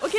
Okej,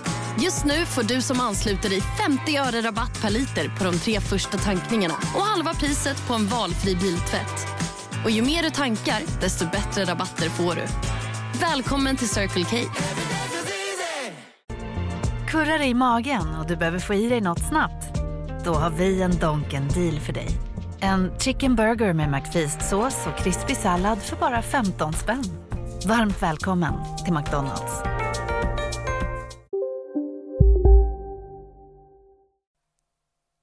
Just nu får du som ansluter dig 50 öre rabatt per liter på de tre första tankningarna och halva priset på en valfri biltvätt. Och ju mer du tankar, desto bättre rabatter får du. Välkommen till Circle K. Kurrar i magen och du behöver få i dig något snabbt? Då har vi en Donken deal för dig. En chicken burger med McFeast-sås och krispig sallad för bara 15 spänn. Varmt välkommen till McDonalds.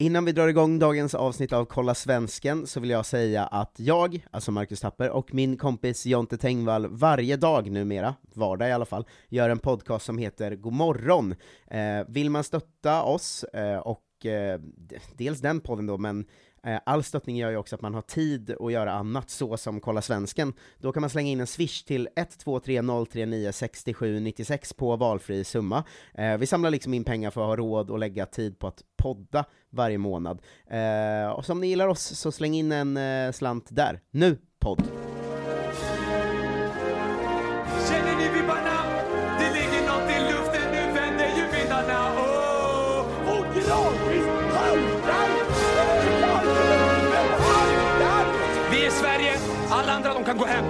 Innan vi drar igång dagens avsnitt av Kolla Svensken så vill jag säga att jag, alltså Marcus Tapper, och min kompis Jonte Tengvall varje dag numera, vardag i alla fall, gör en podcast som heter Godmorgon. Eh, vill man stötta oss eh, och eh, d- dels den podden då, men eh, all stöttning gör ju också att man har tid att göra annat, så som Kolla Svensken. Då kan man slänga in en swish till 123 039 67 96 på valfri summa. Eh, vi samlar liksom in pengar för att ha råd och lägga tid på att podda varje månad. Eh, och om ni gillar oss så släng in en eh, slant där. Nu, podd! Känner ni vibbarna? Det ligger något i luften, nu vänder ju vindarna Åh, Och gradvis haltar Vi är Sverige, alla andra de kan gå hem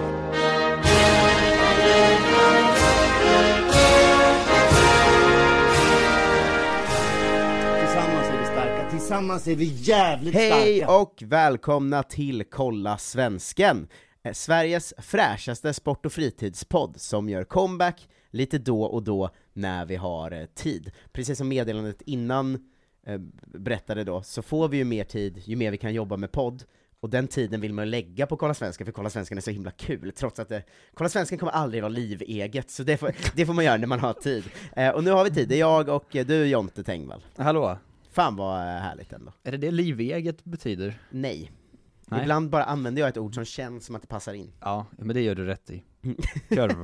Tillsammans är vi starka, tillsammans är vi jävligt Hej starka! och välkomna till Kolla Svensken! Eh, Sveriges fräschaste sport och fritidspodd som gör comeback lite då och då när vi har eh, tid. Precis som meddelandet innan eh, berättade då, så får vi ju mer tid ju mer vi kan jobba med podd, och den tiden vill man ju lägga på Kolla Svensken, för Kolla Svensken är så himla kul, trots att det, Kolla Svensken kommer aldrig vara liveget, så det får, det får man göra när man har tid. Eh, och nu har vi tid, det är jag och eh, du Jonte Tengvall. Hallå? Fan vad eh, härligt ändå. Är det det liveget betyder? Nej. Nej. Ibland bara använder jag ett ord som känns som att det passar in. Ja, men det gör du rätt i. Körv.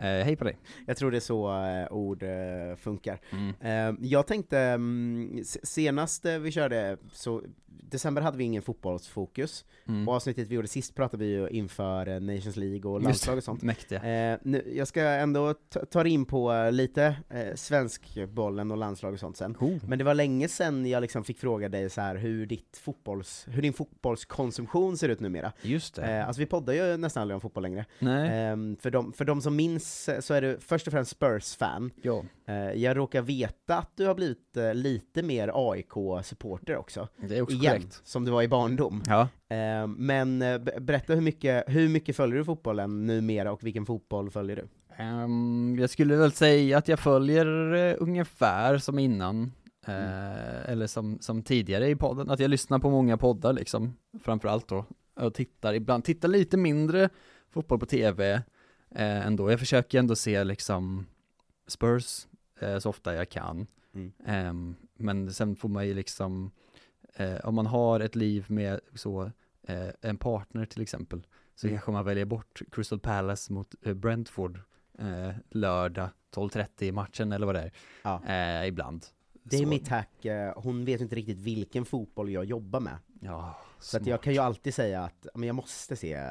eh, hej på dig. Jag tror det är så eh, ord eh, funkar. Eh, jag tänkte, mm, s- senast eh, vi körde, så december hade vi ingen fotbollsfokus, och avsnittet vi gjorde sist pratade vi ju inför eh, Nations League och landslag och sånt. Mäktiga. Eh, nu, jag ska ändå ta, ta in på eh, lite eh, svenskbollen och landslag och sånt sen. Men det var länge sen jag liksom fick fråga dig så här hur, ditt fotbolls, hur din fotbollskonsumtion ser ut numera. Just det. Eh, alltså vi poddar ju nästan aldrig om fotboll längre. Nej. Ehm, för, de, för de som minns eh, så är du först och främst Spurs-fan. ja. Eh, jag råkar veta att du har blivit eh, lite mer AIK-supporter också. Det är också Igen, korrekt. som du var i barndom. Ja. Ehm, men eh, be- berätta hur mycket, hur mycket följer du fotbollen numera och vilken fotboll följer du? Ehm, jag skulle väl säga att jag följer eh, ungefär som innan. eh, Eller som, som tidigare i podden, att jag lyssnar på många poddar liksom, framförallt då. Och tittar ibland, tittar lite mindre fotboll på tv eh, ändå. Jag försöker ändå se liksom Spurs eh, så ofta jag kan. Mm. Ehm, men sen får man ju liksom, eh, om man har ett liv med så, eh, en partner till exempel, så Mm. kanske man väljer bort Crystal Palace mot eh, Brentford eh, lördag 12.30 i matchen eller vad det är, Ja. eh, ibland. Det är så, mitt hack, eh, hon vet inte riktigt vilken fotboll jag jobbar med. Ja, Så att jag kan ju alltid säga att ja, men jag måste se eh,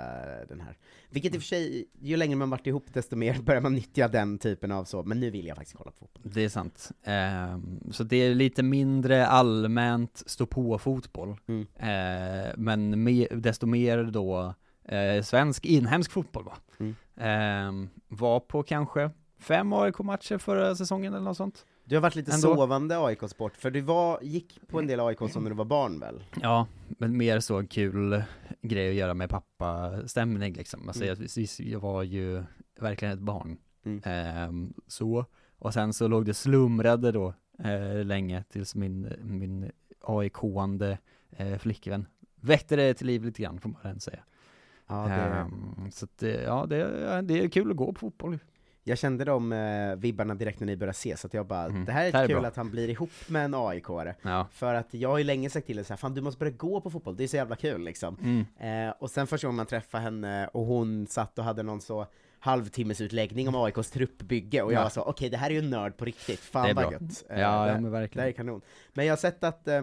den här. Vilket i och för sig, ju längre man varit ihop desto mer börjar man nyttja den typen av så, men nu vill jag faktiskt kolla på fotboll. Det är sant. Ehm, så det är lite mindre allmänt stå på fotboll. Mm. Eh, men me- desto mer då eh, svensk inhemsk fotboll va? Mm. Ehm, var på kanske fem AIK-matcher förra säsongen eller något sånt. Du har varit lite Ändå. sovande AIK-sport, för du var, gick på en del AIK som när du var barn väl? Ja, men mer så en kul grej att göra med pappa-stämning liksom. Alltså Mm. jag, jag var ju verkligen ett barn. Mm. Ehm, så, och sen så låg det slumrade då eh, länge tills min, min AIK-ande eh, flickvän väckte det till liv lite grann får man väl ändå säga. Ja, det, eh, Ehm, så att, det- ja, det, det är kul att gå på fotboll. Jag kände de eh, vibbarna direkt när ni började ses, så att jag bara, Mm. det här är, Det här är kul bra." att han blir ihop med en AIK-are. Ja. För att jag har ju länge sagt till henne så här, fan du måste börja gå på fotboll, det är så jävla kul liksom. Mm. Eh, och sen första gången man träffade henne och hon satt och hade någon så halvtimmes utläggning om AIKs truppbygge och jag Ja. var så, okej det här är ju en nörd på riktigt, Det fan är vad bra. gött. Ja, Eh, det- ja men det här är verkligen. kanon. Men jag har sett att eh,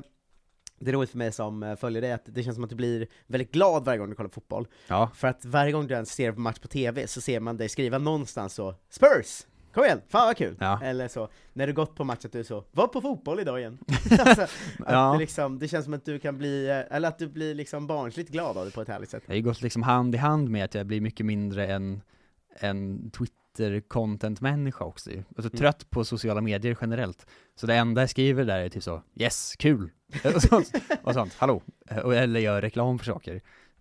det är roligt för mig som eh, följer dig att det känns som att du blir väldigt glad varje gång du kollar fotboll. Ja, För att varje gång du ens ser en match på TV så ser man dig skriva någonstans så Spurs! Kom igen, fan vad kul! Ja. Eller så, när du gått på match att du är så Var på fotboll idag igen! alltså, att Ja. det, liksom, det känns som att du kan bli, eh, eller att du blir liksom barnsligt glad av det på ett härligt sätt. det har ju gått liksom hand i hand med att jag blir mycket mindre en, en Twitter-content-människa också ju. Alltså trött på sociala medier generellt. Så det enda jag skriver där är typ så, yes, kul! och, sånt, och sånt, hallå! Eh, Och, eller gör reklam för saker.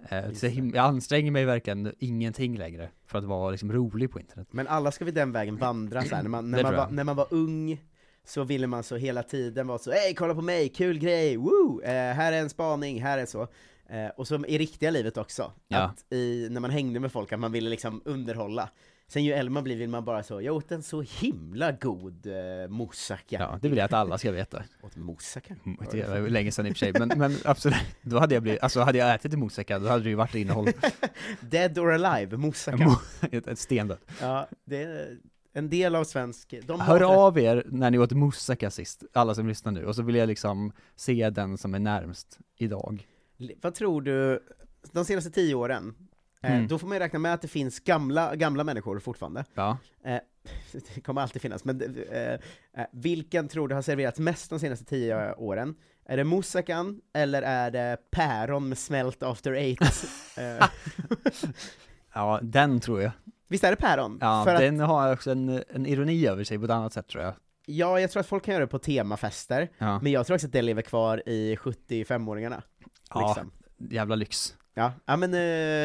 Eh, Just Så jag, him- jag anstränger mig verkligen ingenting längre för att vara liksom rolig på internet. Men alla ska vi den vägen vandra så här. När, man, när, Det man tror var, jag. när man var ung så ville man så hela tiden vara så Hej kolla på mig, kul grej, woo! Eh, här är en spaning, här är så eh, Och som i riktiga livet också, Ja. att i, när man hängde med folk, att man ville liksom underhålla Sen ju äldre man blir vill man bara så, jag åt en så himla god eh, moussaka Ja, det vill jag att alla ska veta. Åt moussaka? Mm, Det var ju länge sedan i och för sig, men, men absolut. Då hade jag blivit, alltså hade jag ätit en moussaka, då hade det ju varit innehåll. Dead or alive, moussaka Ett, ett stendött. Ja, det är en del av svensk... De har- Hör av er när ni åt moussaka sist, alla som lyssnar nu, och så vill jag liksom se den som är närmst idag. Vad tror du, de senaste tio åren, eh, Mm. då får man ju räkna med att det finns gamla, gamla människor fortfarande, Eh, Ja. det kommer alltid finnas, men eh, eh, vilken tror du har serverats mest de senaste tio åren? Är det moussakan, eller är det päron med smält after eight? eh, Ja, den tror jag. visst är det päron? Ja, För att, den har också en, en ironi över sig på ett annat sätt tror jag. ja, jag tror att folk kan göra det på temafester, Ja, men jag tror också att det lever kvar i 75-åringarna. Ja. Liksom. jävla lyx. Ja. ja, men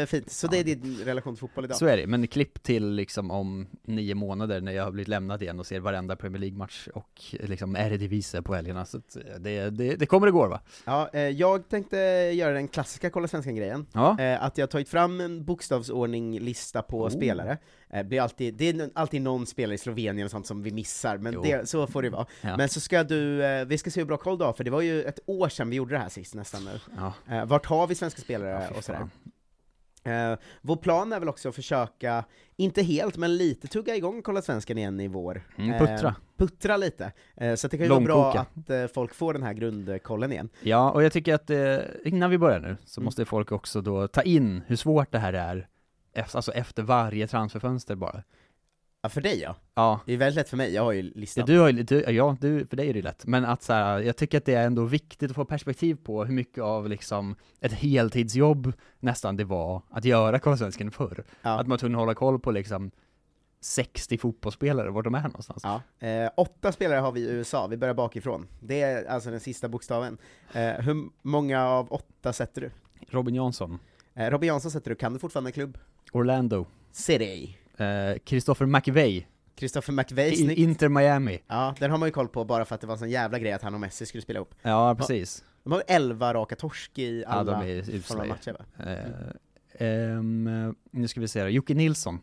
eh, fint. Så det är Ja. din relation till fotboll idag? Så är det, men klipp till liksom om nio månader när jag har blivit lämnad igen och ser varenda Premier League-match och liksom Eredivisie på helgerna. Så att eh, det, det, det kommer och går va? Ja, eh, jag tänkte göra den klassiska kolla svenskan-grejen. Ja. Oh. Eh, att jag har tagit fram en bokstavsordning-lista på spelare. Eh, blir alltid, det är n- alltid någon spelare i Slovenien och sånt som vi missar, men Jo. det, så får det vara. Ja. Men så ska du, eh, vi ska se hur bra koll du har, för det var ju ett år sedan vi gjorde det här sist nästan nu. Ja. Eh, vart har vi svenska spelare Ja, fy och sådär. fan. Eh, vår plan är väl också att försöka, inte helt, men lite tugga igång Kolla Svenskan igen i vår. Mm, puttra. Eh, puttra lite. Eh, så att det kan ju vara bra Långkoka. att eh, folk får den här grundkollen igen. Ja, och jag tycker att eh, innan vi börjar nu Mm. så måste folk också då ta in hur svårt det här är, ef- alltså efter varje transferfönster bara. Ja, för dig ja. Ja, Det är väldigt lätt för mig, jag har ju det, listan. du har ju, du, ja du, för dig är det ju lätt, men att så här, jag tycker att det är ändå viktigt att få perspektiv på hur mycket av liksom ett heltidsjobb nästan det var att göra Karlsvenskan förr. Ja. Att man kunde hålla koll på liksom 60 fotbollsspelare, vart de är någonstans. Ja. Eh, åtta spelare har vi i USA, vi börjar bakifrån. Det är alltså den sista bokstaven. Eh, hur många av åtta sätter du? Robin Jansson, Eh, Robin Jansson sätter du, kan du fortfarande en klubb? Orlando, City. eh, Christopher McVeigh, Christopher McVeigh, I- snyggt. Inter Miami. Ja, den har man ju koll på bara för att det var en sån jävla grej att han och Messi skulle spela ihop. Ja, precis. De har ju 11 raka torsk i Ja, alla de är usla former av ju. matcher va? Eh, ehm, eh, nu ska vi se då, Jocke Nilsson.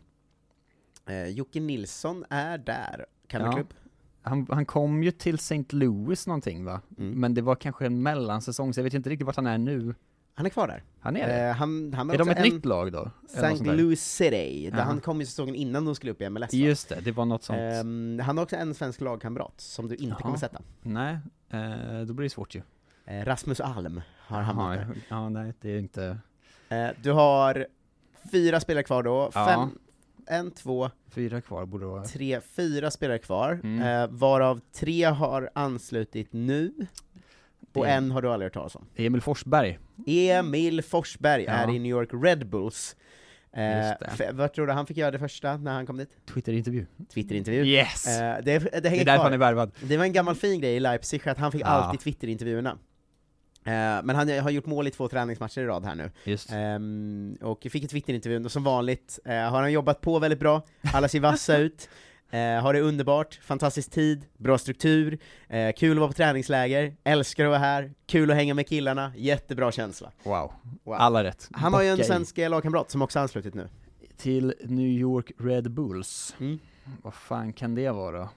Eh, Jocke Nilsson är där, kan Ja. du klubb? Han, han kom ju till St. Louis någonting va? Mm. Men det var kanske en mellansäsong, så jag vet inte riktigt vart han är nu. Han är kvar där. Han är det. Eh, han, han var Är de också ett en nytt lag då? Eller något St. sånt där? Louis City, där Aha. han kom ju säsongen innan de skulle upp i MLS va? Just det, det var något sånt. Ehm, han har också en svensk lagkamrat som du inte Jaha. kommer sätta. nej, eh, då blir det svårt ju. Eh, Rasmus Alm har hamnat ja, ja, nej, det är inte... där. Eh, du har fyra spelare kvar då, Ja. fem, en, två, Fyra kvar borde det vara. tre, fyra spelare kvar, Mm. eh, varav tre har anslutit nu, och Det- en har du aldrig hört talas om. Emil Forsberg. Emil Forsberg Ja. är i New York Red Bulls. Eh, Just det. f- vad tror du han fick göra det första när han kom dit? Twitterintervju. Twitterintervju. Yes! Eh, det, det det hänger är därför kvar. han är värvad. Det var en gammal fin grej i Leipzig, att han fick Ja. alltid Twitter-intervjuerna. Eh, men han har gjort mål i två träningsmatcher i rad här nu, Just. Ehm, och fick ett Twitter-intervju, och som vanligt eh, har han jobbat på väldigt bra, alla ser vassa ut, eh, har det underbart, fantastisk tid, bra struktur, eh, kul att vara på träningsläger, älskar att vara här, kul att hänga med killarna, jättebra känsla. Wow. Wow. Alla rätt. Han har ju en Backa i. svensk lagkamrat som också har anslutit nu. Till New York Red Bulls. Mm. vad fan kan det vara då?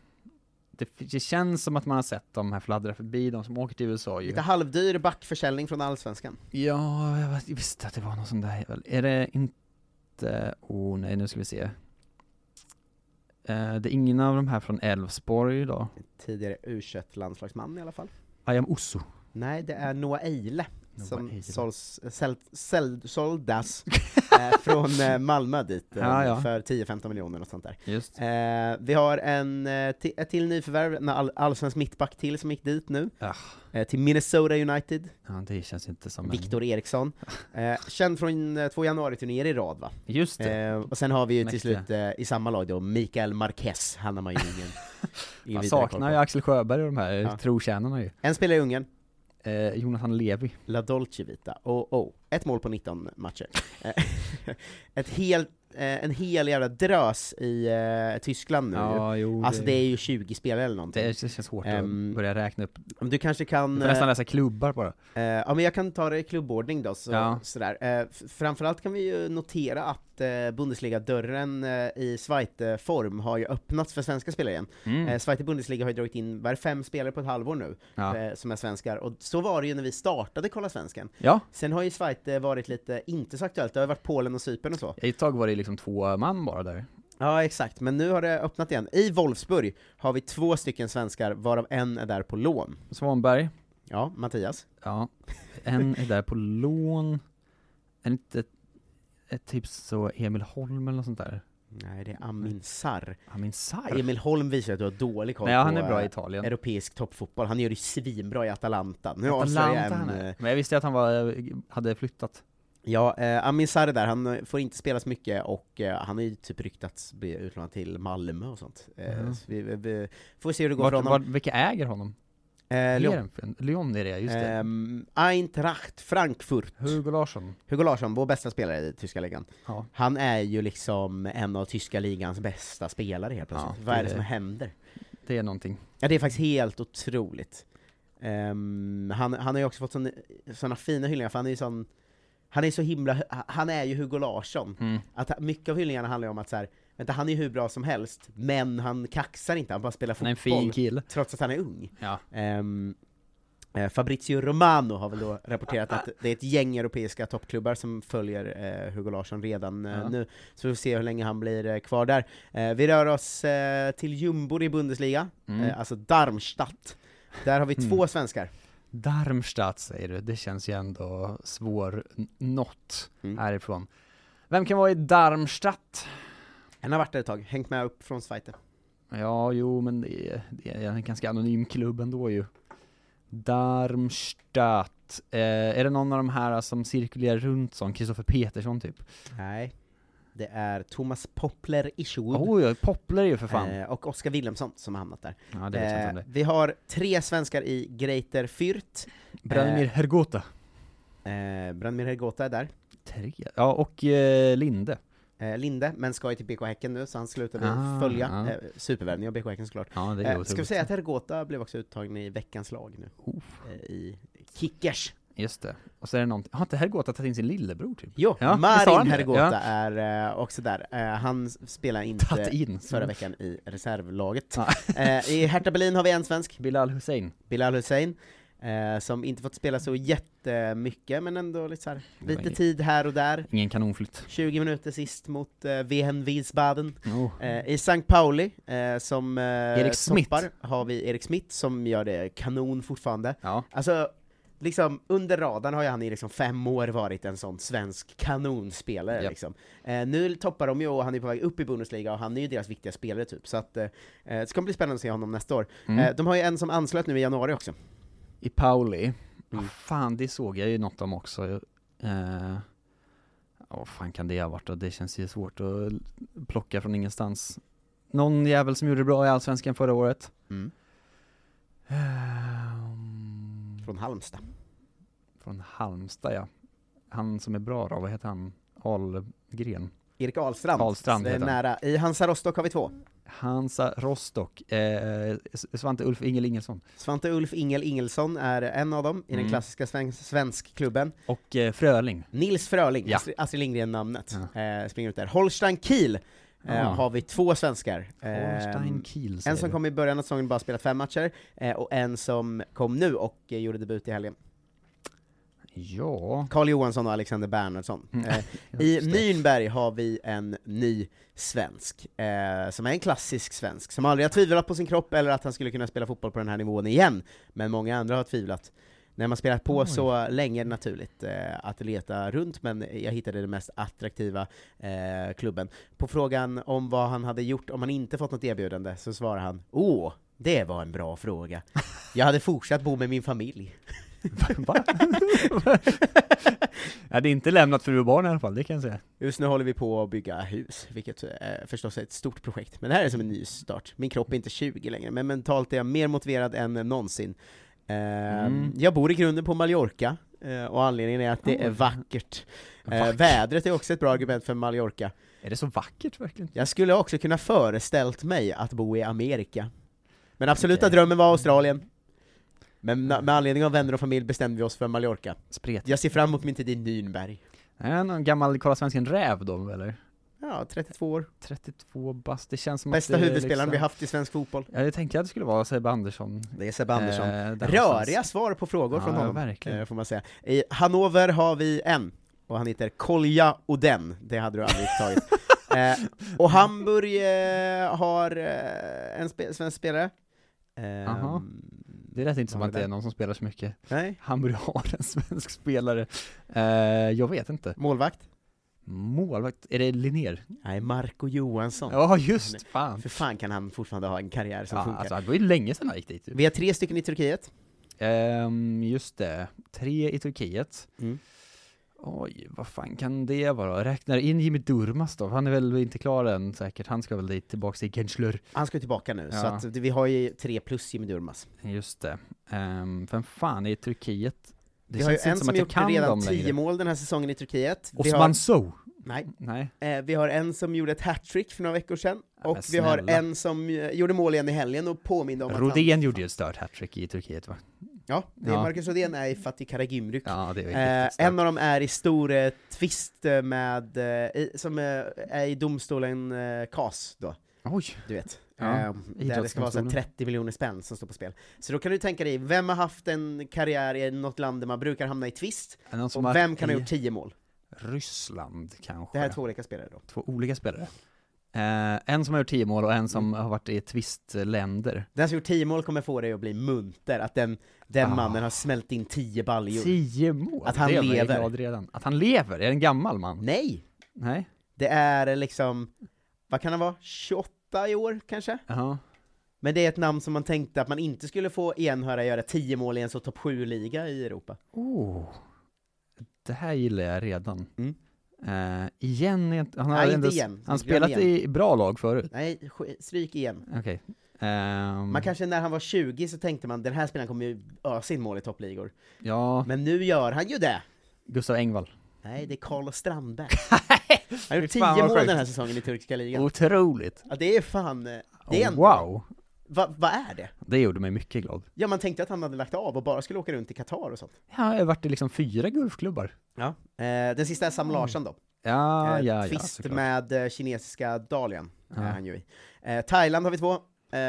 Det, det känns som att man har sett de här fladdra förbi, de som åker till USA ju. Lite halvdyr backförsäljning från Allsvenskan. Ja, jag vet- jag visste att det var någon sån där jävel. Är det inte, oh nej nu ska vi se. Eh, det är ingen av de här från Elfsborg då? Tidigare u landslagsman i alla fall. Ayam Osso. Nej, det är Noah Eile Noah som Eile. såls, säl, säl, såldas eh, från eh, Malmö dit eh, Ja, ja. för 10-15 miljoner och sånt där. Just. Eh, vi har en, eh, ti- ett till nyförvärv, en all, allsvensk mittback till som gick dit nu. Ah. Eh, till Minnesota United, Ja, det känns inte som Viktor Eriksson. Eh, känd från eh, två januari-turnéer i rad va? en... Just det. Eh, och sen har vi ju till Mäktiga. slut eh, i samma lag då, Mikael Marquez, han har man ju ingen, ingen Man vidare koll saknar på. ju Axel Sjöberg och de här Ja. trotjänarna ju. En spelare i Ungern, Eh, Jonathan Levi. La Dolce Vita, oh, oh. ett mål på 19 matcher. Eh, ett helt, eh, en hel jävla drös i eh, Tyskland nu ju. Ja, jo. Alltså det är ju 20 spelare eller någonting. det, det känns hårt Ehm, att börja räkna upp. Om Du kanske Du kan... får nästan läsa klubbar bara. Eh, ja men jag kan ta det i klubbordning då, så, Ja. sådär. Eh, f- framförallt kan vi ju notera att eh, Bundesliga-dörren eh, i Zweite-form har ju öppnats för svenska spelare igen. Mm. Eh, Zweite Bundesliga har ju dragit in, var det fem spelare på ett halvår nu, Ja. eh, som är svenskar, och så var det ju när vi startade Kolla Svensken. ja, Sen har ju Zweite varit lite, inte så aktuellt, det har ju varit Polen och Cypern och så. ett tag var det liksom två man bara där. Ja exakt, men nu har det öppnat igen. I Wolfsburg har vi två stycken svenskar, varav en är där på lån. Svanberg. Ja, Mattias? Ja, en är där på lån. En inte ett, ett tips så Emil Holm eller något sånt där. Nej, det är Amin Sarr. Amin Sarr? Emil Holm visar att du har dålig koll Nej, han på är bra i eh, Italien. europeisk toppfotboll. Han gör det svinbra i Atalanta. Nu avslöjar jag Atalanta en, han eh, är. Men jag visste att han var, hade flyttat. Ja, eh, Amin Sarr är där, han eh, får inte spela så mycket och eh, han har ju typ ryktats bli utlånad till Malmö och sånt. Eh, Mhm. så vi, vi, vi får se hur det går Vart, för vart, honom. vilka äger honom? eh, Lyon. Ehrenfen- Lyon är det, just det. Ehm, Eintracht Frankfurt. Hugo Larsson. Hugo Larsson, vår bästa spelare i tyska ligan. Ja. Han är ju liksom en av tyska ligans bästa spelare helt Ja, plötsligt. det Vad är det är- som händer? Det är någonting. Ja, det är faktiskt helt otroligt. Ehm, han, han har ju också fått sån, såna fina hyllningar, för han är ju sån... Han är så himla... Han är ju Hugo Larsson. Mm. Att mycket av hyllningarna handlar ju om att så här, vänta han är ju hur bra som helst, men han kaxar inte, han bara spelar Han är fotboll, en fin kille. trots att han är ung. Ja. Ehm, eh, Fabrizio Romano har väl då rapporterat att det är ett gäng europeiska toppklubbar som följer eh, Hugo Larsson redan eh, Ja. nu, så vi får se hur länge han blir eh, kvar där. Eh, vi rör oss eh, till jumbor i Bundesliga, Mm. eh, alltså Darmstadt. Där har vi två svenskar. Darmstadt säger du, det känns ju ändå svår n- något Mm. härifrån. Vem kan vara i Darmstadt? En har varit där ett tag, hängt med upp från Zweite. Ja, jo, men det är, det är en ganska anonym klubb ändå ju. Darmstadt. Eh, är det någon av de här som cirkulerar runt som Kristoffer Petersson typ? Nej. Det är Thomas Poppler Isherwood. Oj, oh, Poppler ju för fan. Mm. Eh, och Oskar Wilhelmsson som har hamnat där. ja, det vet jag inte om Eh, det. vi har tre svenskar i Greiter Fürth, Branimir Hergota. eh, Branimir Hergota är där, Tre. Ja, och eh, Linde. eh, Linde, men ska ju till BK Häcken nu så han slutar vi Ah, följa, ah. eh, supervärvning av BK Häcken såklart. Ja, det är Eh, otroligt. ska vi säga att Hergota blev också uttagen i veckans lag nu, Oh, eh, i Kickers. just det. Och så är det någonting. Har inte Hergota tagit in sin lillebror typ? Jo, Ja, visst har han Marin det? Hergota Ja. är eh, också där, eh, han spelar Tatt inte in. förra veckan i reservlaget. Ja. Eh, I Hertha Berlin har vi en svensk, Bilal Hussein. Bilal Hussein, eh, som inte fått spela så jättemycket, men ändå lite, så här, Det var lite ju- tid här och där. Ingen kanonflytt. 20 minuter sist mot eh, Wehen Wiesbaden. Oh. Eh, I St. Pauli, eh, som eh, Erik Smith. toppar, har vi Erik Smith som gör det kanon fortfarande. Ja. Alltså, liksom under radarn har ju han i liksom fem år varit en sån svensk kanonspelare Japp. liksom. Eh, nu toppar de ju och han är på väg upp i Bundesliga och han är ju deras viktiga spelare typ, så att eh, eh, det ska bli spännande att se honom nästa år. Mm. Eh, de har ju en som anslöt nu i januari också. I Pauli. Ah, fan, det såg jag ju något om också. Eh, Ja, vad fan kan det ha varit då? Det känns ju svårt att plocka från ingenstans. Någon jävel som gjorde det bra i Allsvenskan förra året. Mm. Ehm, Från Halmstad. från Halmstad ja. Han som är bra då, vad heter han? Ahlgren. Erik Ahlstrand. Ahlstrand Det är heter han. nära. I Hansa Rostock har vi två. Hansa Rostock. Eh, S- Svante Ulf Ingel Ingelsson. Svante Ulf Ingel Ingelsson är en av dem i den Mm. klassiska sven- svenskklubben. Och eh, Fröling. Nils Fröling, Ja. Astrid, Astrid Lindgren-namnet, eh, springer ut där. Holstein Kiel eh, Ah. har vi två svenskar. Holstein Ehm, Kiel en säger som du. kom i början av säsongen och bara spelat fem matcher, eh, och en som kom nu och eh, gjorde debut i helgen. Ja, Karl Johansson och Alexander Bernhardsson. Mm. Eh, I just det. Nürnberg har vi en ny svensk, eh, som är en klassisk svensk, som aldrig har tvivlat på sin kropp eller att han skulle kunna spela fotboll på den här nivån igen, men många andra har tvivlat. När man spelat på så länge är det naturligt eh, att leta runt, men jag hittade den mest attraktiva eh, klubben. På frågan om vad han hade gjort om han inte fått något erbjudande så svarade han Åh, det var en bra fråga. Jag hade fortsatt bo med min familj. Va? ja, det är inte lämnat för barn i alla fall, det kan jag säga. Just nu håller vi på att bygga hus, vilket eh, förstås är ett stort projekt. Men det här är som en ny start. Min kropp är inte 20 längre, men mentalt är jag mer motiverad än någonsin. Eh, Mm. Ah. Jag bor i grunden på Mallorca, eh, och anledningen är att det är vackert. Eh, vädret är också ett bra argument för Mallorca. Är det så vackert verkligen? Jag skulle också kunna föreställt mig att bo i Amerika. Men absoluta Okej. Mm. drömmen var Australien. Men na- med anledning av vänner och familj bestämde vi oss för Mallorca. Spretigt. Jag ser fram emot min tid i Nürnberg. Är det någon gammal Kolla Svensken-räv då, eller? Ja, 32 år. 32 bast, det känns som Bästa att det är huvudspelaren liksom... vi haft i svensk fotboll. Ja, jag tänkte att det skulle vara Sebbe Andersson. Det är Sebbe Andersson. Eh, där Röriga någonstans. svar på frågor Ja, från honom, verkligen. eh, får man säga. I Hannover har vi en, och han heter Kolja Oden, det hade du aldrig tagit. Eh, och Hamburg eh, har eh, en spe- svensk spelare. Ehm, Aha. Det lät inte som Var att det det är där? någon som spelar så mycket. Nej, Hamburg har en svensk spelare. Eh, jag vet inte. målvakt? Målvakt, är det Linnér? Nej, Marco Johansson. Ja, just! Fan! För fan kan han fortfarande ha en karriär som Ja, funkar. alltså, det var ju länge sedan han gick dit. ju. Vi har tre stycken i Turkiet. Ehm, just det, tre i Turkiet. Mm. Oj, vad fan kan det vara? Räknar in Jimmy Durmaz då? Han är väl inte klar än säkert, han ska väl dit tillbaks till Gençler. Han ska ju tillbaka nu, så Ja. att vi har ju tre plus Jimmy Durmaz. Just det. Ehm, vem fan är i Turkiet? Det vi har ju känns en inte som, som att jag gjort kan redan dem tio längre. mål den här säsongen i Turkiet. Vi Osman har, Sow? nej, Nej. eh, vi har en som gjorde ett hattrick för några veckor sedan, men och vi har snälla. en som eh, gjorde mål igen i helgen och påminde om att han... Rodén gjorde ju ett stört hattrick i Turkiet va? Ja, det är Ja. Marcus Rodén är i Fatih Karagümrük. Ja, det var ju Eh, riktigt en stört. av dem är i stor eh, tvist eh, med, eh, i, som eh, är i domstolen eh, KAS då, Oj! du vet. Ja, Eh, där det ska vara så här idrottsdomstolen. 30 miljoner spänn som står på spel. Så då kan du tänka dig, vem har haft en karriär i något land där man brukar hamna i tvist? Är det Någon som Och vem kan ha i gjort 10 mål? Ryssland kanske? Det här är två olika spelare då. två olika spelare. Eh, en som har gjort 10 mål och en som har varit i tvistländer. Den som gjort 10 mål kommer få dig att bli munter, att den, den Ah. mannen har smält in 10 baljor. 10 mål? Att han det gör mig lever. glad redan. Att han lever? Är det en gammal man? Nej! Nej? Det är liksom, vad kan han vara, 28 i år kanske? Jaha. Men det är ett namn som man tänkte att man inte skulle få enhöra göra 10 mål i en så topp 7-liga i Europa. Oh. Det här gillar jag redan. Mm. Eh, igen, är inte- han har Nej, inte ändå, s- igen. Han Vi glömmer spelat i bra lag förut. Nej, sk- stryk igen. Okej. Ehm, Man kanske när han var 20 så tänkte man den här spelaren kommer ju ösa in mål i toppligor. Ja, Men nu gör han ju det! Gustav Engvall. Nej, det är Carlos Strandberg. Han har gjort Fy 10 fan, vad mål sjukt. den här säsongen i turkiska ligan. Otroligt! Ja, det är fan... eh, Det är Oh, ändå- wow! Va- Vad är det? Det gjorde mig mycket glad. Ja, man tänkte att han hade lagt av och bara skulle åka runt i Qatar och sånt. Ja, jag har varit i liksom fyra golfklubbar. Ja. Eh, den sista är Sam Larsson då. Ja, Eh, Mm. Ah, ja, ja, Twist såklart. Ah. med eh, kinesiska Dalian är han ju i. Eh, Thailand har vi två. Eh,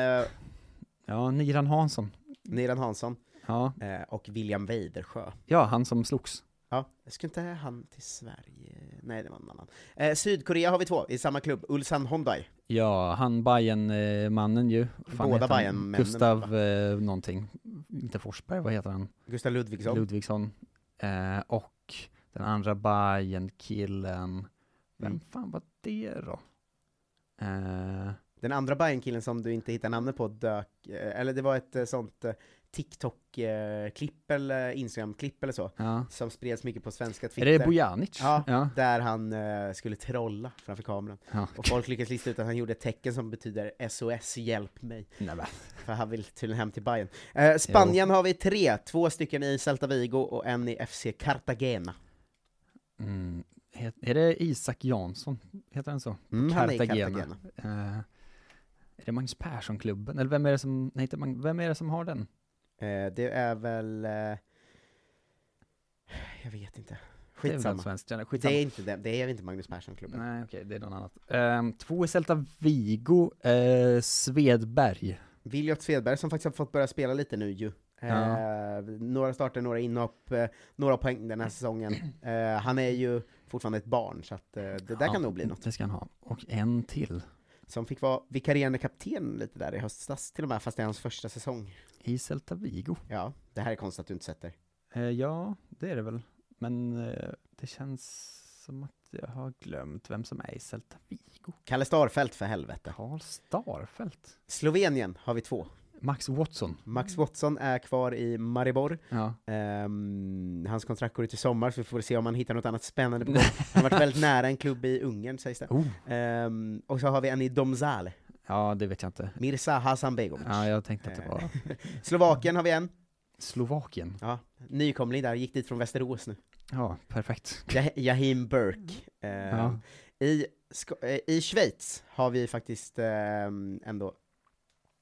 Ja, Niran Hansson. Niran Hansson Ja, eh, och William Weidersjö. ja han som slogs. Ja, jag skulle inte han till Sverige? Nej, det var en annan. Eh, Sydkorea har vi två i samma klubb, Ulsan Hyundai. Ja, han Bayern-mannen ju. Vad Båda heter han? Bayern-männen, Gustav eh, någonting. Inte Forsberg, vad heter han? Gustav Ludvigsson. Ludvigsson. Eh, och den andra Bayern-killen. Vem Mm. fan var det då? Eh, Den andra Bayern-killen som du inte hittar namnet på dök, eh, eller det var ett eh, sånt eh, TikTok-klipp eller eh, Instagram-klipp eller så, ja. som spreds mycket på svenska Är Twitter. det Bojanic? Ja, ja. där han eh, skulle trolla framför kameran. ja. Och folk lyckades lista ut att han gjorde ett tecken som betyder SOS, hjälp mig. Nej, men. För han vill tydligen hem till Bayern. Eh, Spanien har vi tre, två stycken i Celta Vigo och en i FC Cartagena. Mm. Het, är det Isak Jansson? Heter han så? Mm, han är i Cartagena. Cartagena. Eh, är det Magnus Persson-klubben? Eller vem är det som, nej, inte Mag- vem är det som har den? Eh, det är väl... Eh, jag vet inte. Det är väl alltså- Skitsamma. svenskt, gärna. Det skitsamma. är inte det, det är inte Magnus Persson-klubben. Nej, okej, det är någon annat. Ehm, två är Celta Vigo, eh, Svedberg. Viljot Svedberg som faktiskt har fått börja spela lite nu ju. Eh, några starter, några inhopp, eh, några poäng den här säsongen. Eh, han är ju fortfarande ett barn, så att, eh, det där Ja, kan nog bli något. Det ska han ha. Och en till. Som fick vara vikarierande kapten lite där i höstas till och med, fast det är hans första säsong. I Celta Vigo. Ja, det här är konstigt att du inte sätter. Eh, ja, det är det väl. Men eh, det känns som att jag har glömt vem som är i Celta Vigo. Kalle Starfelt för helvete. Karl Starfelt. Slovenien har vi två. Max Watson. Max Watson är kvar i Maribor. Ja. Ehm, hans kontrakt går ut i sommar, så vi får se om han hittar något annat spännande på gång. Han har varit väldigt nära en klubb i Ungern, sägs det. Oh. Ehm, och så har vi en i Domzale, Ja, det vet jag inte. Mirza Hasanbegovic. Ja, jag tänkte att det var Eh. Slovakien har vi en, Slovakien. ja, nykomling där, gick dit från Västerås nu. Ja, perfekt. Jah- Jahim Burke. Ehm, Ja. i, Sk- eh, I Schweiz har vi faktiskt ehm, ändå...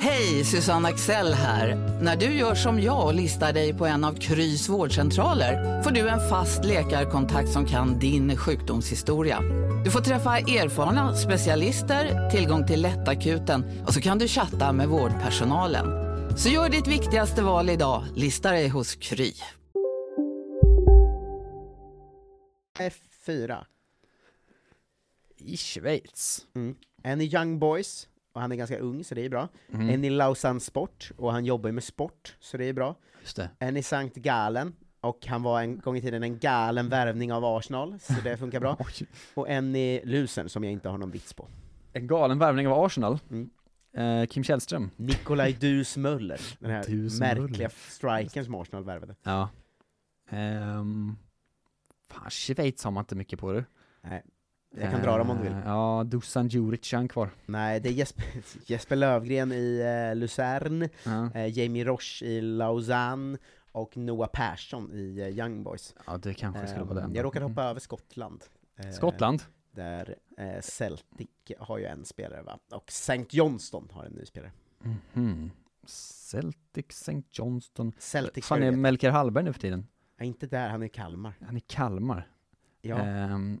Hej, Susanne Axel här. När du gör som jag och listar dig på en av Krys vårdcentraler får du en fast läkarkontakt som kan din sjukdomshistoria. Du får träffa erfarna specialister, tillgång till lättakuten och så kan du chatta med vårdpersonalen. Så gör ditt viktigaste val idag, listar dig hos Kry. fyra. I Schweiz. Mm. En i Young Boys, och han är ganska ung, så det är bra. Mm. En i Lausanne Sport, och han jobbar ju med sport, så det är bra. Just det. En i Sankt Galen, och han var en gång i tiden en galen värvning av Arsenal, så det funkar bra. Och en i Lusen, som jag inte har någon vits på. En galen värvning av Arsenal. Mm. Eh, Kim Källström. Nikolaj Dus Möller, den här Dus märkliga Möller. strikern som Arsenal värvade. Ja. Um, fan, Schweiz har man inte mycket på du. Jag kan dra dem om du vill. Eh, Ja, Dusan Djuric är han kvar. Nej, det är Jesper, Jesper Lövgren i eh, Luzern, Ja. eh, Jamie Roche i Lausanne, och Noah Persson i eh, Young Boys. ja, det kanske skulle vara Eh, den. Mhm. jag råkade hoppa över Skottland. Eh, Skottland. Där eh, Celtic har ju en spelare va, och St. Johnston har en ny spelare. Mhm. Celtic St. Johnston. Celtic Fan, är Fan, Melker Hallberg nu för tiden? ja, inte där, han är i Kalmar. Han är i Kalmar. Ja. Ehm,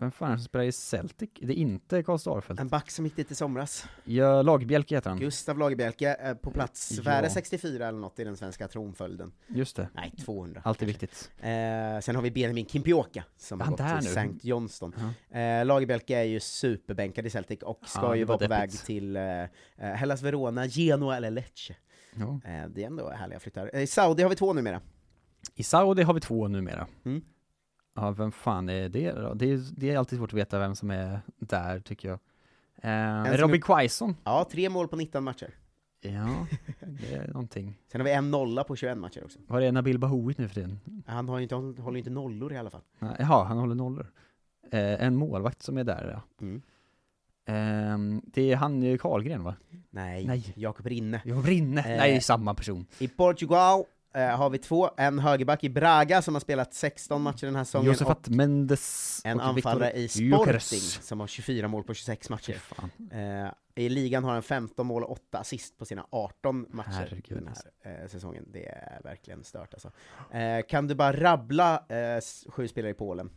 vem fan är det som spelar i Celtic? Det är inte Karl Starfelt. En back som gick dit i somras, Ja, Lagbjälke heter han. Gustav Lagerbjälke, eh, på plats, Mm. Ja. Sverige 64 eller något i den svenska tronföljden. Just det. Nej, 200. Alltid viktigt. Eh, sen har vi Benjamin Kimpioka som har Han där gått till nu? St. Johnston. Eh, Lagerbjälke är ju superbänkad i Celtic och ska Ja, det ju var vara på väg deppigt. till eh, eh, Hellas Verona, Genoa eller Lecce. Ja. Eh, det är ändå härliga flyttar. Eh, I Saudi har vi två numera. I Saudi har vi två numera. Mm. Ja, vem fan är det då? Det är, det är alltid svårt att veta vem som är där, tycker jag. Eh, som Robin Quaison. Ja, tre mål på 19 matcher. Ja, det är någonting. Sen har vi en nolla på 21 matcher också. Var är Nabil Bahoui nu för tiden? Han har ju inte, han håller ju inte nollor i alla fall. Nej, Jaha, han håller nollor. Eh, en målvakt som är där, ja. Mm. Ehm, det är han eh, Karlgren, va? Nej, Nej. Jakob Rinne. Jo, Rinne! Eh. Nej, det är samma person. I Portugal eh, har vi två, en högerback i Braga som har spelat 16 matcher den här säsongen. och Josefat Mendes en och anfallare i Victor Sporting Gyökeres. som har 24 mål på 26 matcher. Fan. Eh, I ligan har han 15 mål och 8 assist på sina 18 matcher Herregud, alltså. den här eh, säsongen. Det är verkligen stört alltså. Eh, kan du bara rabbla eh, s- sju spelare i Polen?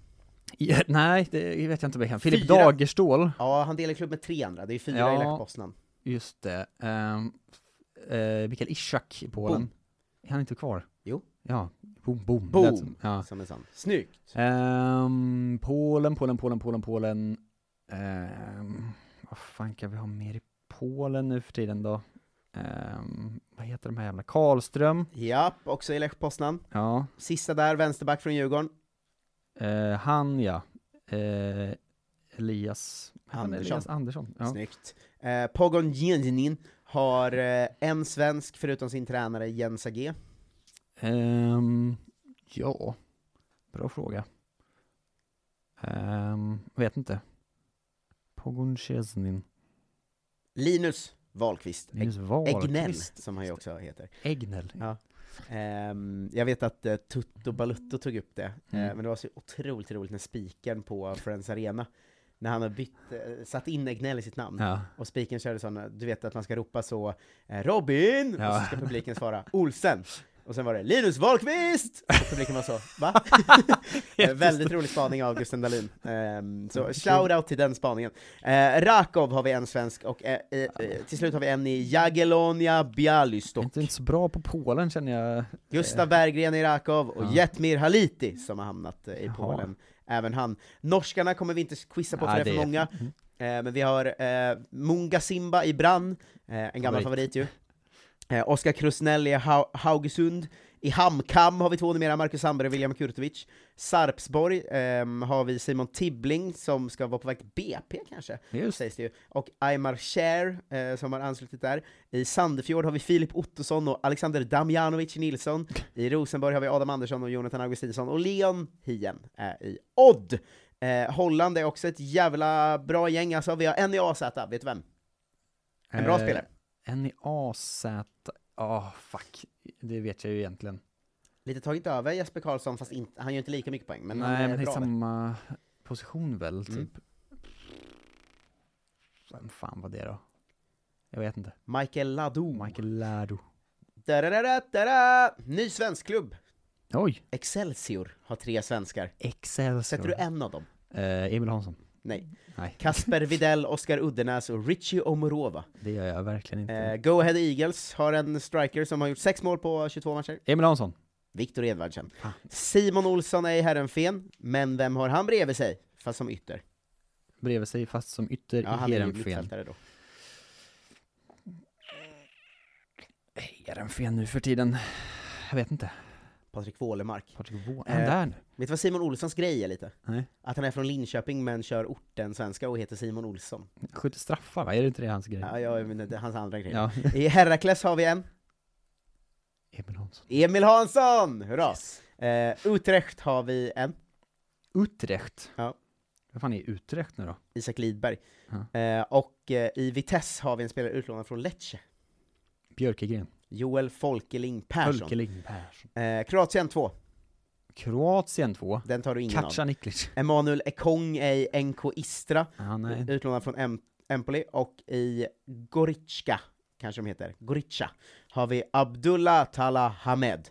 Ja, eh, nej, det vet jag inte om jag kan. Filip Fyra. Dagerstål. Ja, han delar klubb med tre andra, det är ju fyra Ja. i Lech Poznan. Just det. Um, uh, Mikael Ishak i Polen. Boom. Är han inte kvar? Jo. Ja, boom, boom. Boom. Lät som- Ja. Som är sån. Snyggt! Ehm, Polen, Polen, Polen, Polen, Polen. Ehm, vad fan kan vi ha mer i Polen nu för tiden då? Ehm, vad heter de här jävla? Karlström. Japp, också i Lech Poznan. Ja, Sista där, vänsterback från Djurgården. eh, han ja. Eh, Elias heter han? Andersson. Elias Andersson. Ja. Snyggt. Eh, Pogon Jenjinin har eh, en svensk förutom sin tränare Jens Agé. Ehm, ja, bra fråga. Ehm, vet inte. Pogon Szczesnin. Linus Wahlqvist. Linus Egnell, Wahlqvist. som han ju också heter. Egnell. Ja. Ehm, jag vet att eh, Tutto Balutto tog upp det, Mm. eh, men det var så otroligt roligt när spiken på Friends Arena, när han har bytt, eh, satt in Egnell i sitt namn, Ja. och spiken körde sådana, du vet att man ska ropa så eh, ”Robin!” och Ja. så ska publiken svara ”Olsen!” och sen var det ”Linus Wahlqvist!” och publiken var så ”Va?” Eh, Väldigt rolig spaning av Gusten Dahlin. Ehm, Mm. så shout-out till den spaningen. Eh, Rakov har vi en svensk, och eh, eh, eh, till slut har vi en i Jagiellonia Jag är Bialystok. inte, inte så bra på Polen känner jag. Gustav Berggren i Rakov och Ja. Jetmir Haliti som har hamnat eh, i Jaha. Polen, även han. Norskarna kommer vi inte quizza på för Nej, det är för många, Mm. eh, men vi har eh, Munga Simba i Brann, eh, en gammal favorit Favorit. ju. Eh, Oskar Krusnell i ha Haugesund, i Hamkam har vi två numera, Marcus Sandberg och William Kurtovic. Sarpsborg ehm, har vi Simon Tibbling som ska vara på väg till BP kanske, Just det. sägs det ju. Och Aymar Cher eh, som har anslutit där. I Sandefjord har vi Filip Ottosson och Alexander Damjanovic Nilsson. I Rosenborg har vi Adam Andersson och Jonathan Augustinsson och Leon Hien är i Odd. Eh, Holland är också ett jävla bra gäng alltså. Vi har en i AZ, vet du vem? En bra Eh, spelare. En i AZ. Ah, fuck. Det vet jag ju egentligen. Lite tagit över Jesper Karlsson, fast inte- han gör inte lika mycket poäng. Men han Nej, är men det är bra där. samma position väl, Mm. typ. Vem fan var det då? Jag vet inte. Michael Lado. Michael Lardo. Da-da-da-da-da! Ny svensk klubb. Oj! Excelsior har tre svenskar. Excelsior. Sätter du en av dem? Eh, Emil Hansson. Nej. Nej, Kasper Videll, Oskar Uddenäs och Richie Omorova. det gör jag verkligen inte. Eh, Go Ahead Eagles har en striker som har gjort sex mål på 22 matcher. Emil Hansson. Viktor Edvardsen. Ah. Simon Olsson är i Herrenfen, men vem har han bredvid sig? Fast som ytter. Bredvid sig fast som ytter Ja, i han är ju Heerenveen. mittfältare då. Eh, Heerenveen nu för tiden. Jag vet inte. Patrik Wålemark. Patrik Wåhl. Är han Eh, där nu? Vet du vad Simon Olssons grej är lite? Nej. Att han är från Linköping men kör orten svenska och heter Simon Olsson. Skjuter straffar va? Är det inte det hans grej? Ja, jag menar, det är hans andra grej. Ja. I Herrakles har vi en. Emil Hansson. Emil Hansson! Hurra! Eh, Utrecht har vi en. Utrecht. Ja. Vad fan är Utrecht nu då? Isak Lidberg. Ja. Eh, och eh, i Vitesse har vi en spelare utlånad från Lecce. Björkegren. Joel Folkeling Persson. Hölkeling Persson. Eh, Kroatien 2, Kroatien 2. den tar du ingen Katja av. Niklic. Emanuel Ekong är i NK Istra, Ja, nej. utlånad från em- Empoli, och i Goritska, kanske de heter, Goritska, har vi Abdullah Tala Hamed.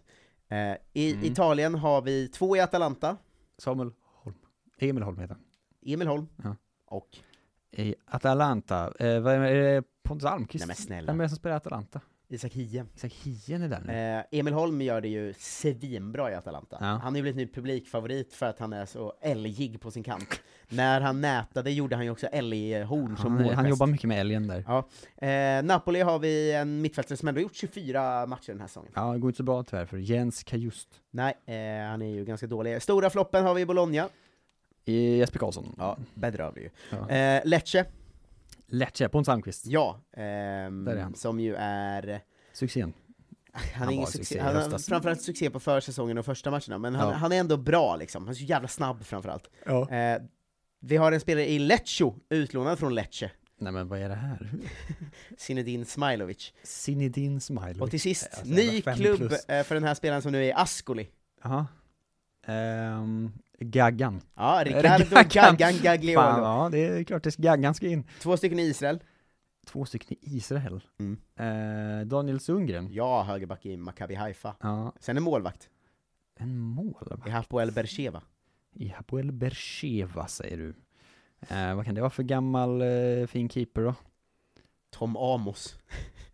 Eh, I Mm. Italien har vi två i Atalanta, Samuel Holm. Emil Holm heter han. Emil Holm, Ja. och, I Atalanta. Eh, vad är är det? Pontus nej Almqvist? men snälla, Vem är det som spelar i Atalanta? Isak Hien. Isak Hien är där nu. Eh, Emil Holm gör det ju svinbra i Atalanta. Ja. Han har ju blivit ny publikfavorit för att han är så älgig på sin kant. När han nätade gjorde han ju också älghorn Eh, som han, han målgest. jobbar mycket med älgen där. Ja. Eh, Napoli har vi en mittfältare som ändå gjort 24 matcher den här säsongen. Ja, det går inte så bra tyvärr för Jens Kajust. Nej, eh, han är ju ganska dålig. Stora floppen har vi i Bologna. I Jesper Karlsson. Ja, bedrövlig ju. Ja. Eh, Lecce, Lecce, Pontus Almqvist. ja. ehm, Där är han. som ju är... Succén. Han, är var ingen en succé, succé i han har höstas. framförallt succé på försäsongen och första matcherna, men han, Ja. han är ändå bra liksom. Han är så jävla snabb framförallt. Ja. Eh, vi har en spelare i Lecce, utlånad från Lecce, Nej men vad är det här? Zinedine Smailovic. Zinedine Smile. Och till sist, Alltså, ny jävla fem klubb plus. eh, för den här spelaren som nu är i Ascoli. Jaha. Ehm, Gaggan. Ja, det Ricardo Gaggan? Gaggan Eh, Fan, Gagliolo. ja, det är klart att Gaggan ska in. Två stycken i Israel. Två stycken i Israel. Mm. Eh, Daniel Sundgren. Ja, högerback i Maccabi Haifa. Ja, Sen en målvakt, en målvakt. i Hapoel Bersheva. I Hapoel Bersheva säger du. Eh, vad kan det vara för gammal eh, fin keeper då? Tom Amos.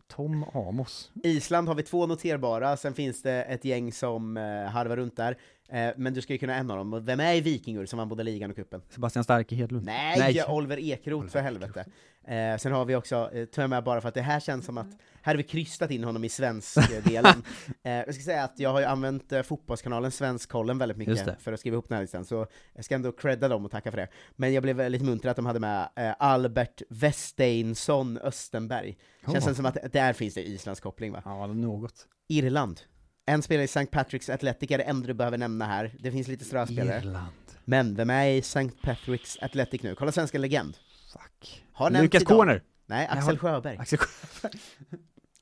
Tom Amos. Island har vi två noterbara, sen finns det ett gäng som eh, harvar runt där. Eh, Men du ska ju kunna en av dem, och vem är i Vikingur som vann både ligan och cupen? Sebastian Starke Hedlund. Nej, Oliver Ekroth för helvete! Eh, sen har vi också, eh, tog jag med bara för att det här känns som att, här har vi krystat in honom i svensk-delen. eh, jag ska säga att jag har ju använt eh, fotbollskanalen Svenskkollen väldigt Just det. mycket för att skriva ihop den här listan, så jag ska ändå credda dem och tacka för det. Men jag blev väldigt munter att de hade med eh, Albert Westeinsson Östenberg. Känns Oh. det som att där finns det Islands koppling va? Ja, något. Irland. En spelare i St. Patrick's Athletic är det enda du behöver nämna här. Det finns lite ströspelare. Irland. Men vem är i St. Patrick's Athletic nu? Kolla svenska legend. Fuck. Har nämnts Lukas idag. Corner. Nej, Nej, Axel håll- Sjöberg. Axel Corner.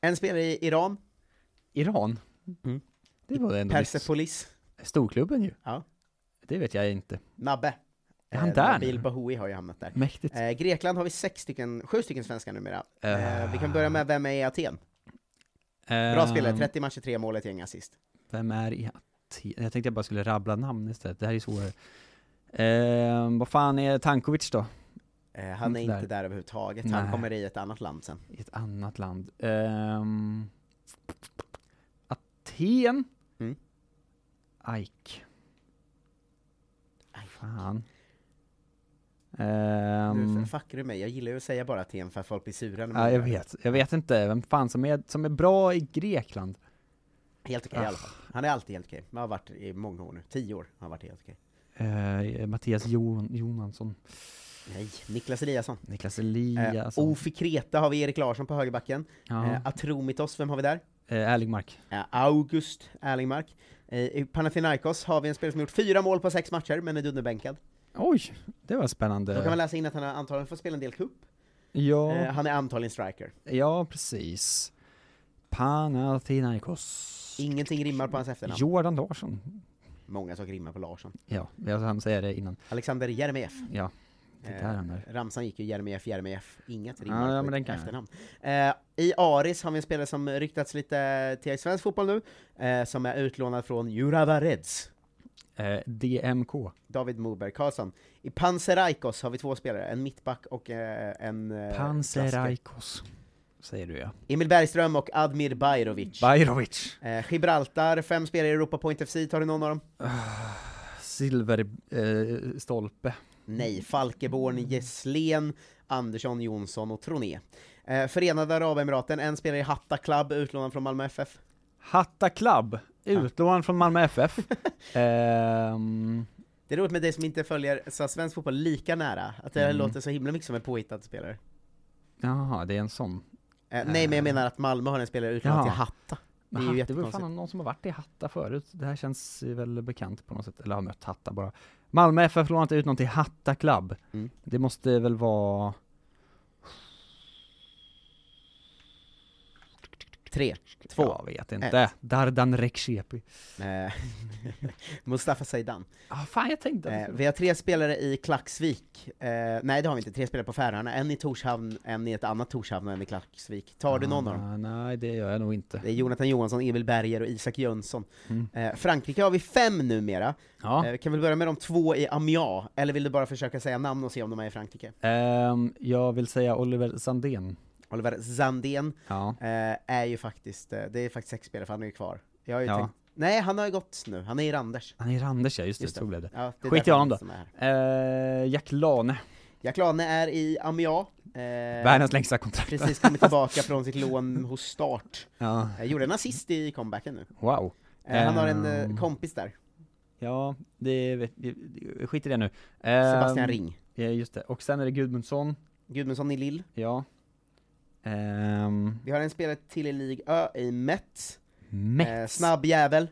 En spelare i Iran, Iran. Mm. Det var ändå nyss. Persepolis, Storklubben ju. Ja. Det vet jag inte. Nabbe. Eh, Är han där Nabil nu? Bahoui har ju hamnat där. Mäktigt. Eh, Grekland har vi sex stycken, sju stycken svenskar numera. Eh, Eh. ehm, vi kan börja med vem är i Aten? Bra spelare, 30 matcher, 3 mål, ett gäng assist. Vem är i Aten? Jag tänkte jag bara skulle rabbla namn istället, det här är svårare. Ehm, vad fan är Tankovic då? Eh, han är Inte inte där. där överhuvudtaget, han Nej. kommer i ett annat land sen. I ett annat land. Ehm, Aten? Mm. Aik. Aj, Fan. nu Ehm, fuckar du mig, jag gillar ju att säga bara Aten för att folk blir sura när man ja, jag gör det. vet. Jag vet inte vem fan som är, som är bra i Grekland. Helt okej i Ah. alla fall. Han är alltid helt okej. Han har varit i många år nu. Tio år har han varit helt okej. Eh, Mattias Jon, Jonansson. Nej, Niklas Eliasson. Niklas Eh, Eliasson. Ofi Kreta har vi Erik Larsson på högerbacken. ja. Eh, Atromitos, vem har vi där? eh, Erlingmark. Eh, August Erlingmark. Eh, I Panathinaikos har vi en spelare som gjort fyra mål på sex matcher, men är dunderbänkad. Oj, det var Då kan man spännande. läsa in att han har antagligen får spela en del cup. Eh. Ja. Eh, han är antagligen striker. Ja, precis. Panathinaikos. Ingenting rimmar på hans efternamn. Jordan Larsson. Många saker rimmar på Larsson. Ja, jag hann säga det innan. Alexander Jeremejeff. Eh, Ja, det där han är. Ramsan gick ju Jeremejeff, Jeremejeff, inget rimmar Ja, på men den ett kan jag. efternamn. Eh, I Aris har vi en spelare som ryktats lite till svensk fotboll nu, eh, som är utlånad från Jurava Reds. Eh, DMK. David Moberg Karlsson. I Panzeraikos har vi två spelare, en mittback och eh, en... eh, klassiker. Panzeraikos. Säger du ja. Emil Bergström och Admir Bajrovic. Bajrovic. eh, Gibraltar, fem spelare i Europa Point FC, tar du någon av dem? Silverstolpe. Eh, stolpe. Nej, Falkeborn, Gesslen, Andersson, Jonsson och Troné. Eh, Förenade Arabemiraten, en spelare i Hatta Club, utlånad från Malmö FF. Hatta Club. Utlånad från Malmö FF. Ehm, Det är roligt med dig som inte följer så svensk fotboll lika nära, att det Mm. här låter så himla mycket som en påhittad spelare. Jaha, det är en sån. Eh, nej, men jag menar att Malmö har en spelare utlånad Ja. till Hatta. Det Men är ju Hatta, det var jättekonstigt. fan någon som har varit i Hatta förut. Det här känns ju väl bekant på något sätt, eller har mött Hatta bara. Malmö FF lånat ut någon till Hatta Club. Mm. Det måste väl vara... Tre, två. Jag vet inte. Dardan Rekshepi. Eh, Mustafa Zeidan. Ah, fan jag tänkte att det Eh, skulle- vi har tre spelare i Klaxvik. Eh, nej, det har vi inte. Tre spelare på Färöarna. En i Torshavn, en i ett annat Torshavn och en i Klaxvik. Tar du någon av dem? Ah, Nej, det gör jag nog inte. Det är Jonathan Johansson, Emil Berger och Isak Jönsson. Eh, Frankrike har vi fem numera. Mm. Ja. Eh, vi kan väl börja med de två i Amiens, eller vill du bara försöka säga namn och se om de är i Frankrike? Ehm, jag vill säga Oliver Sandén. Oliver Zandén Ja. eh, är ju faktiskt, eh, det är faktiskt sex spelare för han är ju kvar. Jag har ju Ja. tänkt, nej han har ju gått nu, han är i Randers. Han är Randers ja, just det, Just det. så blev det. Ja, det är Skit i därför honom han då. som är här. Eh, Jack Lane, Jack Lane är i Amiens. Eh, världens längsta kontrakt. precis kommit tillbaka från sitt lån hos Start. Ja. Eh, gjorde en assist i comebacken nu. Wow. Eh, han har en eh, Ehm. kompis där, Ja, det, vet- det, det skit i det nu. Sebastian Ehm, Ring. Ja, just det. Och sen är det Gudmundsson, Gudmundsson i Lille. ja. Ehm, Vi har en spelare till i Ligue Ö i Metz. Eh, Mets. snabb jävel.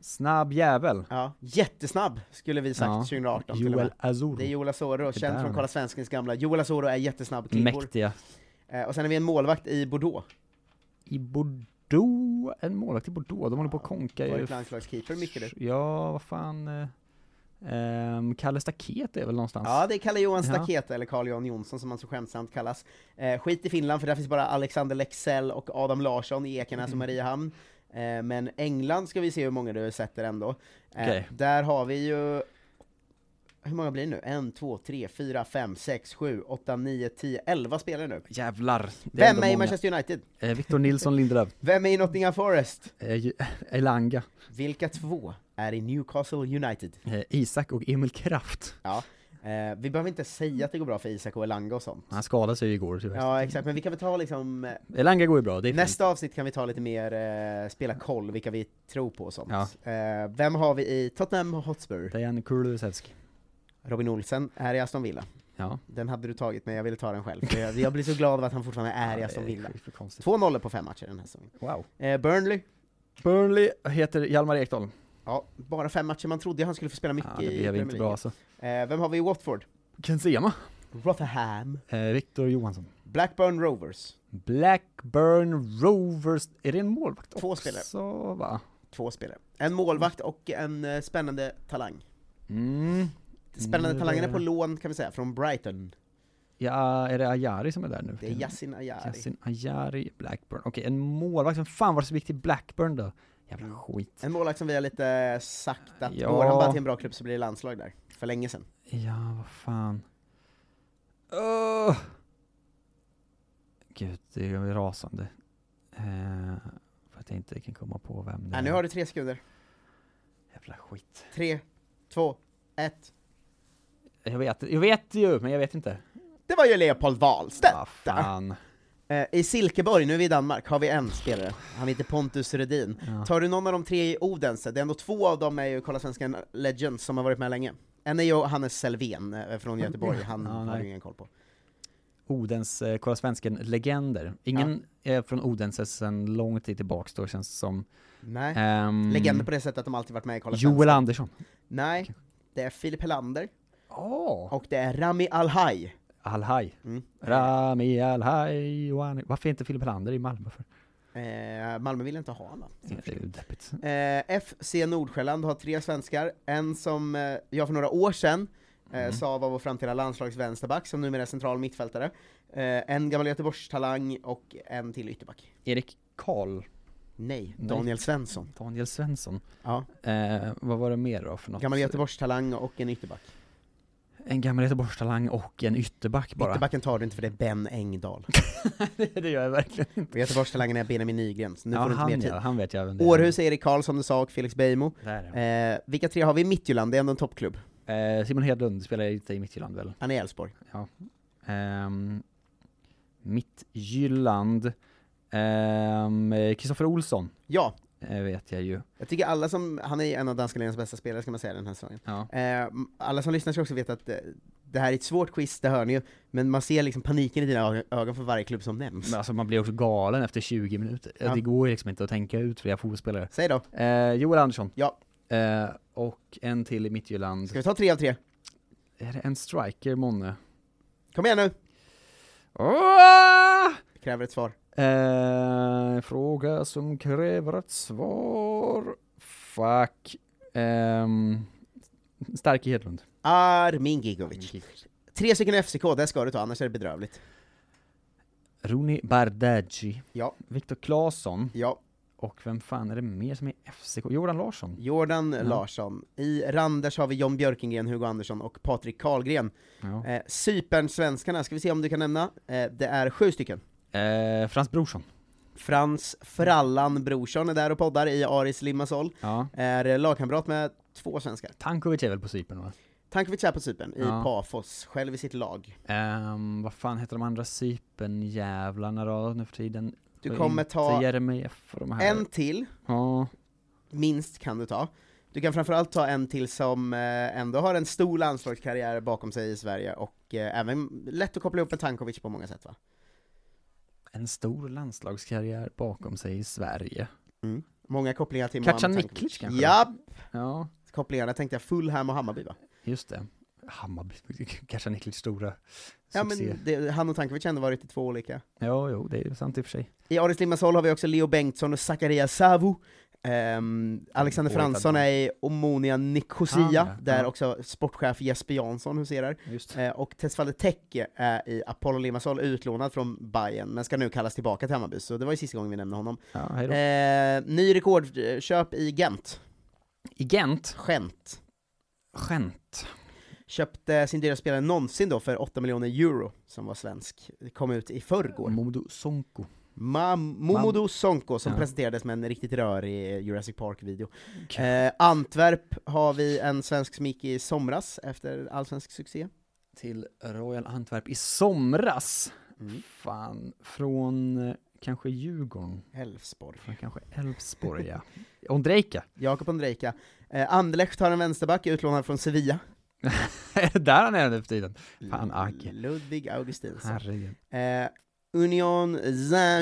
Snabb jävel. Ja, jättesnabb skulle vi sagt Ja. 2018 till och Joel med. Det är Azor. Joel Asoro, där känd han från är. Kolla Svenskens gamla. Joel Asoro är jättesnabb klibbor. Mäktiga. Eh, och sen har vi en målvakt i Bordeaux. I Bordeaux, en målvakt i Bordeaux, de håller på att konka ju. Varit landslagskeeper mycket du. Ja, vad fan. eh, ehm, Kalle Staket är väl någonstans? Ja, det är Kalle Johan Ja. Staket, eller Carl Johan Jonsson som han så skämtsamt kallas. Eh, skit i Finland, för där finns bara Alexander Lexell och Adam Larsson i Ekenäs och Mariehamn. Eh, men England ska vi se hur många du sätter ändå. Eh, Okej. Där har vi ju... Hur många blir det nu? En, två, tre, fyra, fem, sex, sju, åtta, nio, tio, elva spelare nu. Jävlar. det Vem ändå är i många. Manchester United? Eh, Victor Nilsson Lindelöf. Vem är i Nottingham Forest? Eh, ju- Elanga. Vilka två är i Newcastle United. Eh, Isak och Emil Kraft. Ja. Eh, vi behöver inte säga att det går bra för Isak och Elanga och sånt. Han skadade sig ju igår tyvärr. Ja exakt, men vi kan väl ta liksom, eh, Elanga går ju bra, det är fint. nästa avsnitt kan vi ta lite mer, eh, spela koll vilka vi tror på och sånt. Ja. Eh, vem har vi i Tottenham Hotspur? Dejan Kulusevski. Robin Olsen är i Aston Villa. Ja. Den hade du tagit men jag ville ta den själv, för jag, jag blir så glad av att han fortfarande är i Aston Villa. För konstigt. Två nollor på fem matcher den här säsongen. Wow. Eh, Burnley, Burnley heter Hjalmar Ekdal. ja, bara fem matcher, man trodde ju han skulle få spela mycket Ja, det i blev Premier inte bra League. alltså. Eh, vem har vi i Watford? Kensema. Rotherham. Eh, Viktor Johansson. Blackburn Rovers. Blackburn Rovers. Är det en målvakt Två också? va? Två spelare. En målvakt och en eh, spännande talang. Mm. Spännande Mm, talangen är det- på lån kan vi säga, från Brighton. Ja, är det Ajari som är där nu? Det är Yasin Ayari. Yasin Ajari, Blackburn. Okej, en målvakt. Vem fan var det som gick till Blackburn då? Mm. Jävla skit. En målvakt som vi har lite saktat, Ja. går han bara till en bra klubb så blir det landslag där. För länge sedan. Ja, vad fan. Öh! Gud, det är rasande. Eh, för att jag inte kan komma på vem det Nej, Äh, nu har du tre sekunder. Jävla skit. Tre, två, ett. Jag vet, jag vet ju, men jag vet inte. Det var ju Leopold Wahlstedt! Vad fan. Eh, I Silkeborg, nu är vi i Danmark, har vi en spelare. Han heter Pontus Rudin. Ja. Tar du någon av de tre i Odense, det är ändå två av dem är ju Kolla Svenskan Legends som har varit med länge. En är ju Hannes Selvén eh, från Göteborg, han Mm. Ja, har nej. ju ingen koll på. Odens, eh, Kolla Svensken-legender. Ingen är från Odense sedan lång tid tillbaks då känns det som. Nej. Um, Legender på det sättet att de alltid varit med i Kolla Joel Svenskan. Andersson. Nej, det är Filip Helander, Åh! och det är Rami Alhaj. Alhaj. Mm. Rami Alhaj. Johan- Varför är inte Filip Helander i Malmö för? Eh, Malmö vill inte ha honom. Det är ju deppigt. Eh, FC Nordsjälland har tre svenskar, en som eh, jag för några år sedan eh, Mm. sa var vår framtida landslagsvänsterback, som numera är central mittfältare. Eh, en gammal Göteborgstalang och en till ytterback. Erik Karl. Nej, Nej. Daniel Svensson. Daniel Svensson. Ja, Eh, vad var det mer då för något? gammal Göteborgstalang och en ytterback. En gammal Göteborgstalang och en ytterback bara. Ytterbacken tar du inte för det är Ben Engdahl. det gör jag verkligen inte. Och Göteborgstalangen är Benjamin Nygren, så nu ja, får du inte han, mer tid. ja, han vet jag vem det är. Århus, Erik Karlsson du sa, och Felix Beijmo. Där är han. Eh, vilka tre har vi i Midtjylland? Det är ändå en toppklubb. Eh, Simon Hedlund spelar inte i Midtjylland väl? Han är i Elfsborg. Ehm, Midtjylland. Ehm, eh, Kristoffer Olsson Ja, eh, vet jag ju. jag tycker alla som, han är ju en av danska ligans bästa spelare ska man säga den här säsongen. Ja. Eh, alla som lyssnar ska också veta att eh, det här är ett svårt quiz, det hör ni ju, men man ser liksom paniken i dina ö- ögon för varje klubb som nämns. Men alltså man blir också galen efter 20 minuter. Ja. Det går ju liksom inte att tänka ut flera fotbollsspelare. Säg då, Eh, Joel Andersson. Ja. Eh, och en till i Midtjylland. ska vi ta tre av tre? Är det en striker, månne? Kom igen nu! Åh! Kräver ett svar. Eh, fråga som kräver ett svar. Fuck. Ehm, Stark i Hedlund. Armin Gigovic. Tre stycken FCK, det ska du ta, annars är det bedrövligt. Roni Bardghji. Ja. Viktor Claesson. Ja, Och vem fan är det mer som är i FCK? Jordan Larsson? Jordan Ja. Larsson. I Randers har vi John Björkengren, Hugo Andersson och Patrik Karlgren. Ja. Eh, Cypernsvenskarna, ska vi se om du kan nämna? Eh, det är sju stycken. Eh, Frans Brorsson. Frans Frallan Brorsson är där och poddar i Aris Limassol, Ja. är lagkamrat med två svenskar. Tankovic är väl på Cypern va? Tankovic är på Cypern, i Ja. Pafos, själv i sitt lag. Ehm, vad fan heter de andra Cypern-jävlarna då nu för tiden? Du Och kommer inte ta Jeremejeff och de här. en till, Ja. minst kan du ta. Du kan framförallt ta en till som eh, ändå har en stor landslagskarriär bakom sig i Sverige och eh, även lätt att koppla ihop med Tankovic på många sätt va? En stor landslagskarriär bakom sig i Sverige. Många kopplingar till Katja Mohamed Niklic Tankovic. kanske? Ja, Ja, kopplingarna tänkte jag Fulham och Hammarby va? just det. Hammarby, kanske Niklic stora Ja succé. men det, han och Tankovic har ändå varit i två olika. Ja, jo, det är ju sant i och för sig. I Aris Limassol har vi också Leo Bengtsson och Zakaria Savo. Ehm, Alexander Påhittad Fransson man. är i Omonia Nicosia, Ah, ja. där Ja. också sportchef Jesper Jansson huserar. Just. Eh, och Tesfaye Tekke är i Apollo Limassol, utlånad från Bayern men ska nu kallas tillbaka till Hammarby, så det var ju sista gången vi nämnde honom. Ja, hej då. Eh, ny rekordköp i Gent, I Gent, Gent. Gent. Köpte sin dyraste spelare någonsin då för 8 miljoner euro, som var svensk. Det kom ut i förrgår. Modo Sonko. Ma- Momodo Sonko som Ja. presenterades med en riktigt rörig Jurassic Park-video. Eh, Antwerp har vi en svensk som gick i somras efter allsvensk succé. Till Royal Antwerp i somras. Mm. Fan, från eh, kanske Djurgården, Elfsborg. från kanske Elfsborg ja. Ondrejka. Jakob Ondrejka. Eh, Anderlecht har en vänsterback utlånad från Sevilla. Där han är nu för tiden. Fan, Agge. Ludvig Augustinsson. Herregud. Eh, Union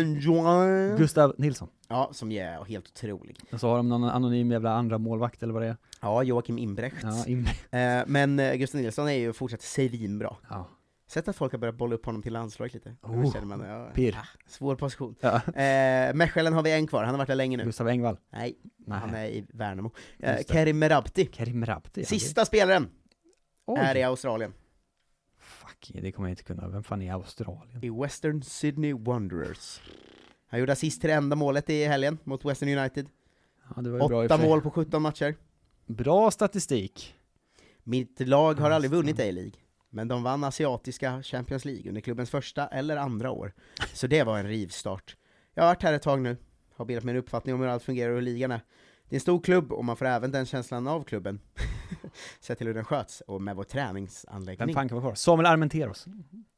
Saint-Jean. Gustav Nilsson. Ja, som ju är helt otrolig. Och så har de någon anonym jävla andra målvakt eller vad det är. Ja, Joakim Imbrecht. Ja, in... Eh, men eh, Gustav Nilsson är ju fortsatt svinbra. ja. Sett att folk har börjat bolla upp honom till landslaget lite. Oh, Då känner man, ja, pirr. svår position. Ja. Eh, Mechelen har vi en kvar, han har varit där länge nu. Gustav Engvall. Nej, Nej. han är i Värnamo. Eh, Just det. Kerim Merabti, Kerim Rabti. sista spelaren, Oj. är i Australien. Fuck, det kommer jag inte kunna. Vem fan är Australien? I Western Sydney Wanderers. Han gjorde assist till det enda målet i helgen mot Western United. Ja, det var ju bra i och Åtta för sig. mål på 17 matcher. Bra statistik. Mitt lag har Ja, aldrig just vunnit A-League, men de vann asiatiska Champions League under klubbens första eller andra år. Så det var en rivstart. Jag har varit här ett tag nu, har bildat mig en uppfattning om hur allt fungerar och hur ligan är. Det är en stor klubb och man får även den känslan av klubben. Sett till hur den sköts och med vår Vem träningsanläggning. fan kan vara kvar? Samuel Armenteros.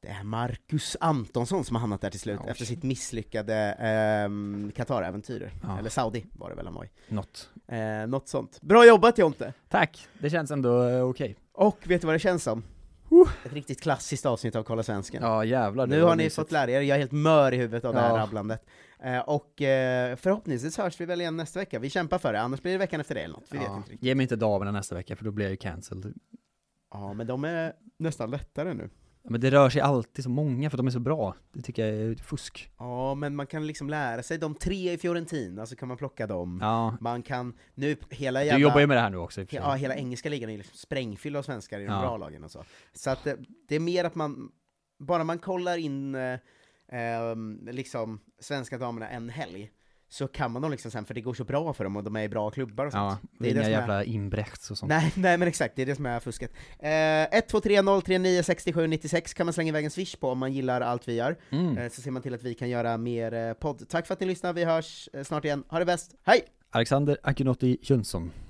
Det är Marcus Antonsson som har hamnat där till slut Ja, efter shit. sitt misslyckade ehm, Qatar-äventyr. Ja. Eller Saudi var det väl han var i. Något. Eh, något sånt. Bra jobbat Jonte! Tack, det känns ändå eh, okej. Och vet du vad det känns som? Ett riktigt klassiskt avsnitt av Kolla Svensken. Ja jävlar. det Nu var har ni mysigt. fått lära er, jag är helt mör i huvudet av det här Ja. rabblandet. Eh, och eh, förhoppningsvis hörs vi väl igen nästa vecka, vi kämpar för det, annars blir det veckan efter det eller något, vi vet Ja. inte riktigt. Ge mig inte damerna nästa vecka för då blir jag ju cancelled. Ja, men de är nästan lättare nu. Ja, Men det rör sig alltid så många för de är så bra. Det tycker jag är fusk. Ja, men man kan liksom lära sig, de tre i Fiorentina, så kan man plocka dem. Ja. Man kan, nu hela Du jävla... jobbar ju med det här nu också i och för sig. Ja, hela engelska ligan är ju liksom sprängfylld av svenskar i de Ja. bra lagen och så. Så att det, det är mer att man, bara man kollar in eh, ehm, liksom svenska damerna en helg, så kan man dem liksom sen, för det går så bra för dem och de är i bra klubbar och Ja, sånt. det det är inga som är, jävla Inbrechts och sånt. nej, nej men exakt, det är det som är fusket. Eh, 123 039 67 96 kan man slänga iväg en swish på om man gillar allt vi gör. Mm. Eh, så ser man till att vi kan göra mer eh, podd. Tack för att ni lyssnar, vi hörs eh, snart igen. Ha det bäst, hej! Alexander Akinotti Jönsson.